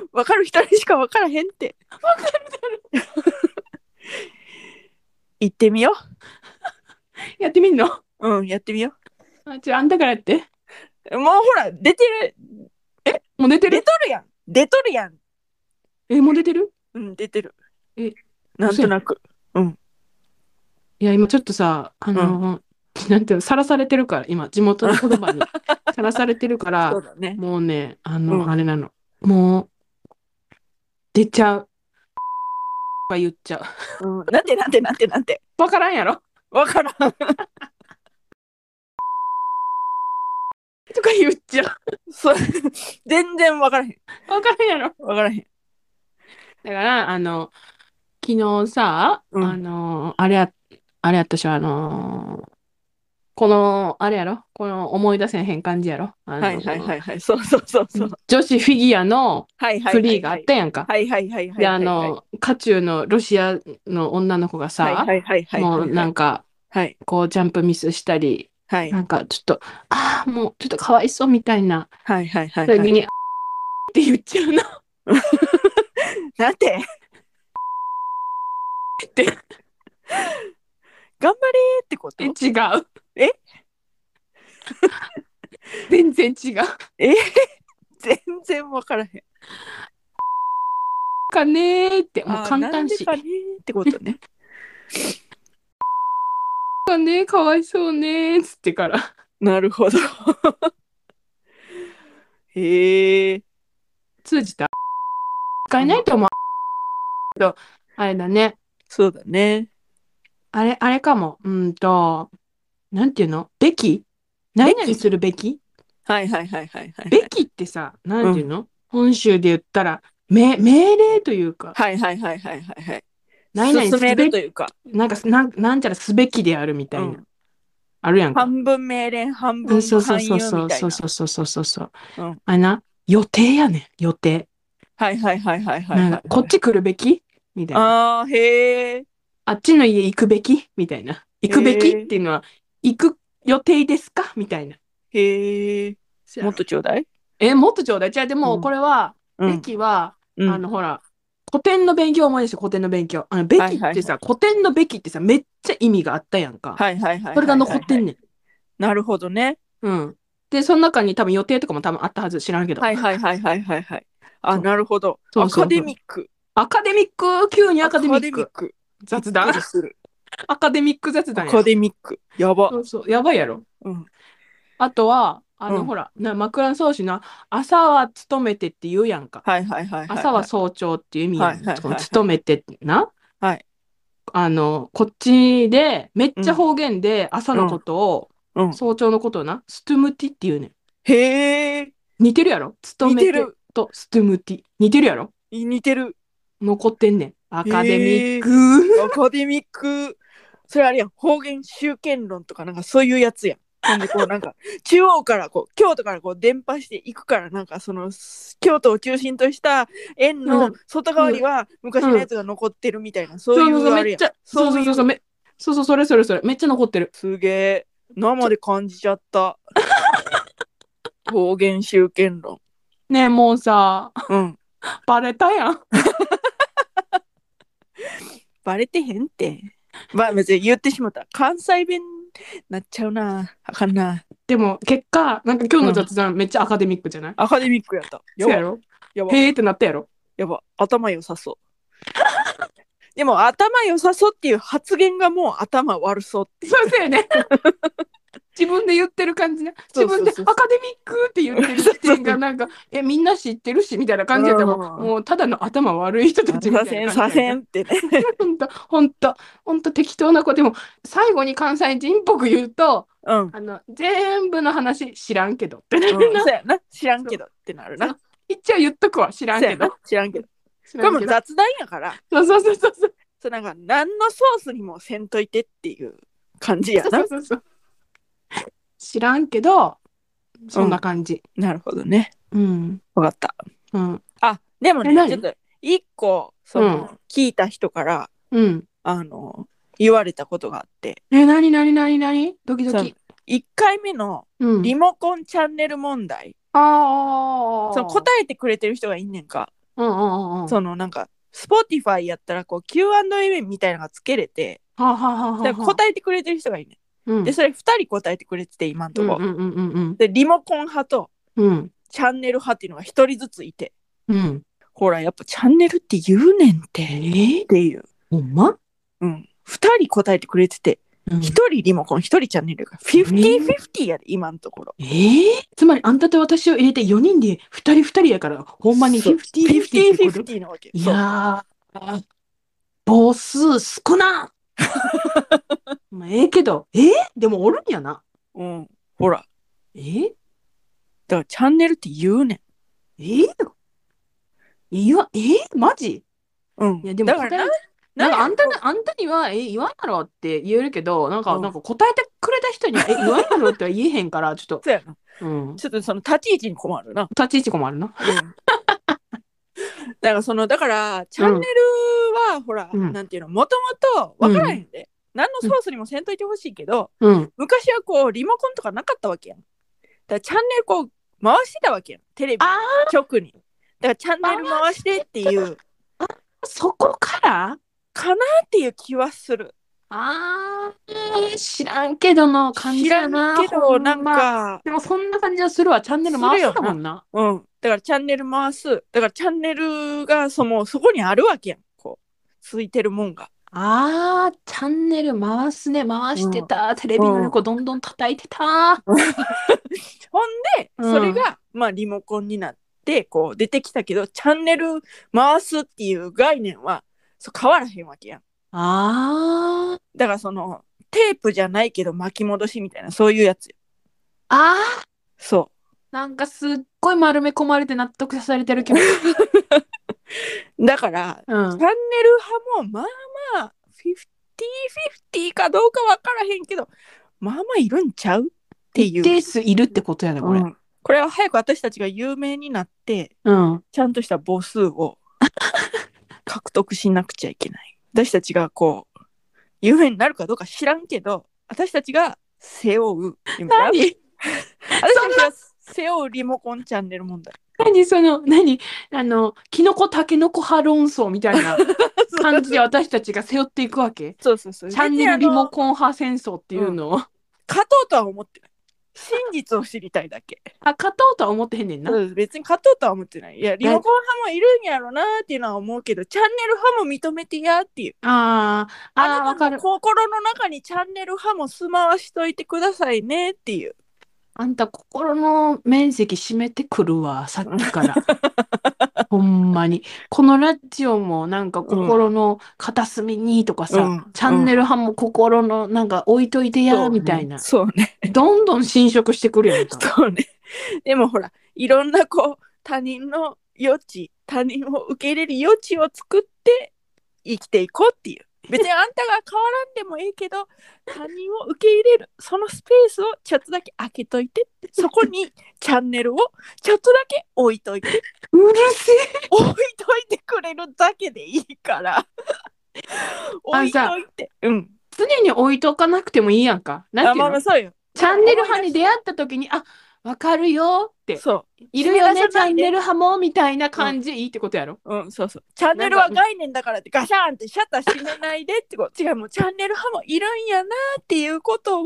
[SPEAKER 2] ろ
[SPEAKER 1] 分かる人にしか分からへんって。 分かるだろ。 行ってみよ
[SPEAKER 2] やってみんの
[SPEAKER 1] う。うん、やってみよ
[SPEAKER 2] あちょあんたからやって
[SPEAKER 1] う。もうほら、出てる、
[SPEAKER 2] もう出て
[SPEAKER 1] 出と
[SPEAKER 2] る
[SPEAKER 1] るやん。出とるやん。
[SPEAKER 2] えもう出てる
[SPEAKER 1] うん、出てる。
[SPEAKER 2] え、
[SPEAKER 1] なんとなく。
[SPEAKER 2] いや今ちょっとさあの、なんていうのさらされてるから今地元の言 葉にさらされてるか
[SPEAKER 1] そ
[SPEAKER 2] ら
[SPEAKER 1] うだね。
[SPEAKER 2] もうねあの、
[SPEAKER 1] うん
[SPEAKER 2] あれなのもう出ちゃうは言っちゃう
[SPEAKER 1] うん、なんてなんてなんてなんて。
[SPEAKER 2] わからんやろ
[SPEAKER 1] 分からん。
[SPEAKER 2] とか言っちゃう
[SPEAKER 1] そう全然分からへん。
[SPEAKER 2] わからんやろ
[SPEAKER 1] 分からへん。
[SPEAKER 2] だからあの昨日さ、
[SPEAKER 1] うん
[SPEAKER 2] あのあれやあれやったしあのこのあれやろこの思い出せへん感じやろあの
[SPEAKER 1] はいはいはいはい。そうそうそうそう。
[SPEAKER 2] 女子フィギュアの
[SPEAKER 1] はいはいはいはい。
[SPEAKER 2] フリーがあったやんか、
[SPEAKER 1] はいはいはいはい。
[SPEAKER 2] であの渦中のロシアの女の子がさ、
[SPEAKER 1] はいはいはいはい。
[SPEAKER 2] もうなん
[SPEAKER 1] か、
[SPEAKER 2] か
[SPEAKER 1] はい
[SPEAKER 2] こうジャンプミスしたり
[SPEAKER 1] はい
[SPEAKER 2] なんかちょっとああもうちょっとかわいそうみたいな
[SPEAKER 1] はいはいはいはい。
[SPEAKER 2] 時に「あー って言っちゃうの
[SPEAKER 1] なんて
[SPEAKER 2] て
[SPEAKER 1] 頑張れーってこと
[SPEAKER 2] え違う
[SPEAKER 1] え
[SPEAKER 2] 全然違う
[SPEAKER 1] 全然わからへん。
[SPEAKER 2] かねーってもう
[SPEAKER 1] あー
[SPEAKER 2] 簡
[SPEAKER 1] なん
[SPEAKER 2] 単
[SPEAKER 1] で
[SPEAKER 2] し
[SPEAKER 1] かねーってことね。
[SPEAKER 2] かねーかわいそうねーっつってから
[SPEAKER 1] なるほど。 へえ。
[SPEAKER 2] 通じた使えないと思うけどあれだね
[SPEAKER 1] そうだね。
[SPEAKER 2] あれあれかもうんとなんていうのべき何々するべき
[SPEAKER 1] はいはいはいはいはい。
[SPEAKER 2] べきってさなんていうの、本州で言ったらめ命令というか
[SPEAKER 1] はいはいはいはいはいはい。
[SPEAKER 2] 何々
[SPEAKER 1] 進
[SPEAKER 2] す
[SPEAKER 1] め
[SPEAKER 2] べ
[SPEAKER 1] る
[SPEAKER 2] き
[SPEAKER 1] というか、
[SPEAKER 2] なんかなんなんちゃらすべきであるみたいな、
[SPEAKER 1] うん
[SPEAKER 2] あるやんか
[SPEAKER 1] 半分命令半
[SPEAKER 2] う
[SPEAKER 1] 分
[SPEAKER 2] んそうそう
[SPEAKER 1] 勧誘
[SPEAKER 2] そう
[SPEAKER 1] み
[SPEAKER 2] そう
[SPEAKER 1] たい
[SPEAKER 2] そう
[SPEAKER 1] な。
[SPEAKER 2] そうそうそうそうそう
[SPEAKER 1] うん
[SPEAKER 2] あれな予定やねん予定、
[SPEAKER 1] はいはいはいはいはいはい
[SPEAKER 2] なんかこっち来るべきみたいなあ
[SPEAKER 1] ああへえ。
[SPEAKER 2] っちの家行くべきみたいな行くべき
[SPEAKER 1] へー
[SPEAKER 2] っていうのは行く予定ですかみたいな
[SPEAKER 1] へえ。もっとちょうだい。
[SPEAKER 2] えもっとちょうだいじゃあで
[SPEAKER 1] う
[SPEAKER 2] も
[SPEAKER 1] ん
[SPEAKER 2] これは、
[SPEAKER 1] うん
[SPEAKER 2] べきは、
[SPEAKER 1] うん
[SPEAKER 2] あのほら古典の勉強思い出して古典の勉強あのべきっ
[SPEAKER 1] はいはい
[SPEAKER 2] てさ、古典のべきってさめっちゃ意味があったやんか、
[SPEAKER 1] はいはいはいはいはい。
[SPEAKER 2] それが残ってんねん、
[SPEAKER 1] なるほどね。
[SPEAKER 2] うんでその中に多分予定とかも多分あったはず知らんけど、
[SPEAKER 1] はいはいはいはいはいはい。あ、
[SPEAKER 2] そう
[SPEAKER 1] なるほど。
[SPEAKER 2] そう
[SPEAKER 1] ア
[SPEAKER 2] そうそう
[SPEAKER 1] カデミック。
[SPEAKER 2] アカデミック急にアカデミック
[SPEAKER 1] ク。
[SPEAKER 2] 雑談
[SPEAKER 1] びっくりする
[SPEAKER 2] アカデミック雑
[SPEAKER 1] ア
[SPEAKER 2] 談や
[SPEAKER 1] カデミック。やば
[SPEAKER 2] そ。うそうやばいやろ
[SPEAKER 1] うん。
[SPEAKER 2] あとはあの、
[SPEAKER 1] うん
[SPEAKER 2] ほらな枕草子の「朝は勤めて」って言うやんか、
[SPEAKER 1] はいはいはいいい。
[SPEAKER 2] 朝は早朝っていう意味やん
[SPEAKER 1] はいはいはいはい
[SPEAKER 2] 勤めてな、
[SPEAKER 1] はい
[SPEAKER 2] あの、こっちで、めっちゃ方言で朝のことを、
[SPEAKER 1] うんうん
[SPEAKER 2] 早朝のことをな、ストゥムティって言うねん。
[SPEAKER 1] へえ
[SPEAKER 2] 似てるやろ勤め
[SPEAKER 1] 似て
[SPEAKER 2] て
[SPEAKER 1] る
[SPEAKER 2] とストゥムティ。似てるやろ
[SPEAKER 1] 似て る
[SPEAKER 2] 残ってんねん。アカデミック。
[SPEAKER 1] アカデミックそれあれやん方言集権論とかなんかそういうやつやん。なんでこうなん か中央からこう京都からこう伝播していくからなんかその京都を中心とした円
[SPEAKER 2] う
[SPEAKER 1] の
[SPEAKER 2] ん
[SPEAKER 1] 外側には昔のやつが残ってるみたいな、そう
[SPEAKER 2] そう
[SPEAKER 1] い
[SPEAKER 2] そ
[SPEAKER 1] う
[SPEAKER 2] うそう、
[SPEAKER 1] あれ
[SPEAKER 2] め
[SPEAKER 1] やん
[SPEAKER 2] っちゃ、そうそうそうそう、めそうそう、それそれそれ、めっちゃ残ってる。
[SPEAKER 1] すげえ生で感じちゃった 方言集権論
[SPEAKER 2] ねえ、もうさ、
[SPEAKER 1] うん
[SPEAKER 2] バレたやん。
[SPEAKER 1] バレてへんってまあ別に言ってしまった関西弁なっちゃうなあかんな
[SPEAKER 2] でも、結果、なんか今日の雑談、めっちゃアカデミックじゃない
[SPEAKER 1] アカデミックやったや
[SPEAKER 2] そうや
[SPEAKER 1] ば
[SPEAKER 2] ろ
[SPEAKER 1] やば
[SPEAKER 2] へーってなったやろ
[SPEAKER 1] やば、頭良さそう。でも、頭良さそうっていう発言がもう頭悪そうっていう。
[SPEAKER 2] そうそう やね。自分で言ってる感じね。自分で
[SPEAKER 1] そうそうそうそう
[SPEAKER 2] アカデミックって言ってる時点がなんか、え、みんな知ってるし、みたいな感じやったもん
[SPEAKER 1] うん
[SPEAKER 2] もうただの頭悪い人 たちみた
[SPEAKER 1] 左遷
[SPEAKER 2] いな
[SPEAKER 1] 左
[SPEAKER 2] 感じやね
[SPEAKER 1] 遷ってね。
[SPEAKER 2] ほんと、ほんと、ほんと適当な子でも、最後に関西人っぽく言うと、
[SPEAKER 1] うん。うん
[SPEAKER 2] あの、全部の話知らんけどってね。
[SPEAKER 1] そうやな。知らんけどってなるな。
[SPEAKER 2] そう一応言っとくわ、知らん
[SPEAKER 1] そうや
[SPEAKER 2] け
[SPEAKER 1] な
[SPEAKER 2] ど。。
[SPEAKER 1] 知らんけど。
[SPEAKER 2] 知
[SPEAKER 1] これ
[SPEAKER 2] らん
[SPEAKER 1] も
[SPEAKER 2] けど。
[SPEAKER 1] 雑談やから、
[SPEAKER 2] そうそうそうそうそう。
[SPEAKER 1] そうなんか何のソースにもせんといてっていう感じや
[SPEAKER 2] そ
[SPEAKER 1] な
[SPEAKER 2] う。そうそう。知らんけど、そんな感じ。
[SPEAKER 1] なるほどね。
[SPEAKER 2] うん。
[SPEAKER 1] わかった。
[SPEAKER 2] うん。
[SPEAKER 1] あ、でもね
[SPEAKER 2] え、何
[SPEAKER 1] ちょっと一個、その、
[SPEAKER 2] う
[SPEAKER 1] 聞いた人から、
[SPEAKER 2] うん。
[SPEAKER 1] あの、言われたことがあって、
[SPEAKER 2] え、なになになになにドキドキ。
[SPEAKER 1] 1回目の
[SPEAKER 2] うん。
[SPEAKER 1] リモコンチャンネル問題、
[SPEAKER 2] ああ。
[SPEAKER 1] その答えてくれてる人がいんねんか。
[SPEAKER 2] うんうんうんうん。
[SPEAKER 1] そのなんか Spotify やったらこう Q&A みたいなのがつけれて
[SPEAKER 2] はあはあはあはあ
[SPEAKER 1] だから答えてくれてる人がいる、ね
[SPEAKER 2] うん
[SPEAKER 1] ん、でそれ2人答えてくれてて今んと
[SPEAKER 2] うんう
[SPEAKER 1] こ、
[SPEAKER 2] んうんうん
[SPEAKER 1] でリモコン派と
[SPEAKER 2] うん。うん。
[SPEAKER 1] チャンネル派っていうのが1人ずついて
[SPEAKER 2] うん。
[SPEAKER 1] ほらやっぱチャンネルって言うねんって
[SPEAKER 2] え
[SPEAKER 1] っ
[SPEAKER 2] ー、
[SPEAKER 1] ていう、
[SPEAKER 2] ほんま
[SPEAKER 1] うん、2人答えてくれてて
[SPEAKER 2] うん
[SPEAKER 1] 1人リモコン1人チャンネルが50-50やで今んところ
[SPEAKER 2] えー、つまりあんたと私を入れて4人で2人2人やからほんまに
[SPEAKER 1] そう
[SPEAKER 2] 50-50ってこと
[SPEAKER 1] 50-50なわけ
[SPEAKER 2] い
[SPEAKER 1] そう
[SPEAKER 2] やー母数少なまあええけどえー、でもおるんやな
[SPEAKER 1] うん、ほら
[SPEAKER 2] えー、
[SPEAKER 1] だからチャンネルって言うねん
[SPEAKER 2] えー、いやえー、マジ
[SPEAKER 1] うん、
[SPEAKER 2] いやでも
[SPEAKER 1] だから
[SPEAKER 2] 答えなんかあんたなあんたには「え言わんやろ」って言えるけどなんか,、
[SPEAKER 1] うん
[SPEAKER 2] なんか答えてくれた人には「え言わんやろ」っては言えへんからちょっと、
[SPEAKER 1] そうやな
[SPEAKER 2] うん、
[SPEAKER 1] ちょっとその立ち位置に困るな
[SPEAKER 2] 立ち位置困るな。
[SPEAKER 1] だからそのだからチャンネルは、ほら、
[SPEAKER 2] うん
[SPEAKER 1] なんていうのもともと分からへんで、何のソースにもせんといてほしいけど、
[SPEAKER 2] うん
[SPEAKER 1] 昔はこうリモコンとかなかったわけやんだからチャンネルこう回してたわけやんテレビ
[SPEAKER 2] あ
[SPEAKER 1] 直にだからチャンネル回してっていう
[SPEAKER 2] そこから
[SPEAKER 1] かなっていう気はする
[SPEAKER 2] あー知らんけどの感じ
[SPEAKER 1] 知ら
[SPEAKER 2] やな。
[SPEAKER 1] んけど
[SPEAKER 2] ほん
[SPEAKER 1] な
[SPEAKER 2] ま
[SPEAKER 1] んか、
[SPEAKER 2] でもそんな感じはするわ。チャンネル回すだもんな。
[SPEAKER 1] うんだからチャンネル回すだからチャンネルがそのそこにあるわけやんこうついてるもんが
[SPEAKER 2] あー、チャンネル回すね。回してた。テレビの横どんどん叩いてた。
[SPEAKER 1] ほんで、
[SPEAKER 2] うん
[SPEAKER 1] それが、まあ、リモコンになってこう出てきたけどチャンネル回すっていう概念はそう変わらへんわけやん
[SPEAKER 2] あー、
[SPEAKER 1] だからそのテープじゃないけど巻き戻しみたいなそういうやつよ
[SPEAKER 2] あー、
[SPEAKER 1] そ
[SPEAKER 2] なんかすっごい丸め込まれて納得されてる気持ち。
[SPEAKER 1] うだから
[SPEAKER 2] う
[SPEAKER 1] チャン
[SPEAKER 2] ん
[SPEAKER 1] ネ。ル派もまあまあ50-50かどうかわからへんけどまあまあいるんちゃうってい
[SPEAKER 2] 一
[SPEAKER 1] う
[SPEAKER 2] 定数いるってことやね、これ。
[SPEAKER 1] うんこれは早く私たちが有名になって
[SPEAKER 2] うん。
[SPEAKER 1] ちゃんとした母数 を獲得しなくちゃいけない。私たちがこう、有名になるかどうか知らんけど、私たちが背負う。今
[SPEAKER 2] 何
[SPEAKER 1] 私たちが背負うリモコンチャンネル 問題。
[SPEAKER 2] 何その、何あの、キノコタケノコ派論争みたい な感じで私たちが背負っていくわけ
[SPEAKER 1] そうそうそう。
[SPEAKER 2] チャンネルリモ
[SPEAKER 1] ン。
[SPEAKER 2] コン派戦争っていうのを、
[SPEAKER 1] 勝とうとは思ってない。真実を知りたいだけ。
[SPEAKER 2] あ勝とうとは思ってへんねんな。
[SPEAKER 1] うん別に勝とうとは思ってない。いや、リモコン派もいるんやろなっていうのは思うけど、チャンネル派も認めてやっていう。
[SPEAKER 2] あーあー、
[SPEAKER 1] あ
[SPEAKER 2] わ
[SPEAKER 1] なた
[SPEAKER 2] か
[SPEAKER 1] の
[SPEAKER 2] る。
[SPEAKER 1] 心の中にチャンネル派も住まわしといてくださいねっていう。
[SPEAKER 2] あんた心の面積占めてくるわ、さっきから。 ほんまに。このラジオもなんか心の片隅にとかさ、
[SPEAKER 1] うん
[SPEAKER 2] チャンネル派も心のなんか置いといて
[SPEAKER 1] そ
[SPEAKER 2] や、
[SPEAKER 1] う
[SPEAKER 2] みたいな。
[SPEAKER 1] そうね。
[SPEAKER 2] どんどん侵食してくるやんか。
[SPEAKER 1] そうね。 でもほら、いろんなこう、他人の余地、他人を受け入れる余地を作って生きていこうっていう。別にあんたが変わらんでもいいけ ど、他人を受け入れる、そのスペースをちょっとだけ開けといて、そこにチャンネルをちょっとだけ置いといて、
[SPEAKER 2] うるせえ。
[SPEAKER 1] 置いといてくれるだけでいいから。置いといて。うん。
[SPEAKER 2] 常に置いとかなくてもいいやんか。なん
[SPEAKER 1] あ、
[SPEAKER 2] てい
[SPEAKER 1] ま
[SPEAKER 2] う
[SPEAKER 1] あま
[SPEAKER 2] の
[SPEAKER 1] あそうよ。
[SPEAKER 2] チャンネル派に出会った時に、あ、わかるよって。
[SPEAKER 1] そう。
[SPEAKER 2] いるよね、
[SPEAKER 1] 締め出さ
[SPEAKER 2] チ
[SPEAKER 1] ない
[SPEAKER 2] ャ
[SPEAKER 1] で
[SPEAKER 2] ンネル派も、みたいな感じでいいってことやろ。
[SPEAKER 1] うん、そうそう。チャンネルは概念だからってガシャンってシャッター閉めないでってこと。違う、もうチャンネル派もいるんやなっていうことを、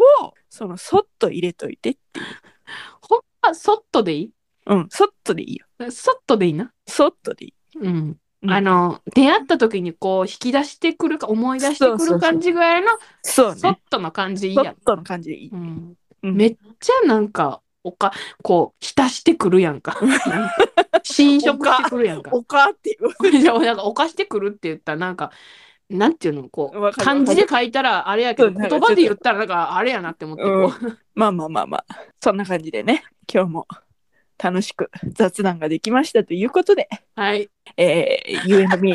[SPEAKER 1] その、そっと入れといて。
[SPEAKER 2] ほんま、そっとでい
[SPEAKER 1] うん、そっとでいいよ。
[SPEAKER 2] いそっとでいいな。
[SPEAKER 1] そっとでいい。
[SPEAKER 2] うん。
[SPEAKER 1] うん
[SPEAKER 2] あの、出会った時にこう、引き出してくるか、思い出して
[SPEAKER 1] そう
[SPEAKER 2] く
[SPEAKER 1] そうそ
[SPEAKER 2] る
[SPEAKER 1] う
[SPEAKER 2] 感じぐらいの、
[SPEAKER 1] そう
[SPEAKER 2] そっ
[SPEAKER 1] ね。
[SPEAKER 2] との感じいい
[SPEAKER 1] そ
[SPEAKER 2] やん
[SPEAKER 1] っ。との感じでいい。
[SPEAKER 2] うん。
[SPEAKER 1] うん
[SPEAKER 2] めっちゃなんか、おか、こう、浸してくるやんか。侵食してくるやんか。
[SPEAKER 1] おかっていう。
[SPEAKER 2] じゃあなんか犯してくるって言ったらなんかなんていうのこう
[SPEAKER 1] わかる
[SPEAKER 2] 漢字で書いたらあれやけ
[SPEAKER 1] う
[SPEAKER 2] ど
[SPEAKER 1] んなんか
[SPEAKER 2] 言葉で言ったらなんかあれやなって思ってこう、
[SPEAKER 1] まあまあまあまあ。そんな感じでね、今日も楽しく雑談ができましたということで、
[SPEAKER 2] はい
[SPEAKER 1] えー、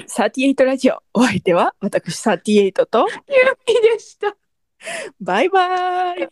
[SPEAKER 1] UMB38 ラジオ、お相手は私38と、
[SPEAKER 2] いいでした
[SPEAKER 1] バイバイ。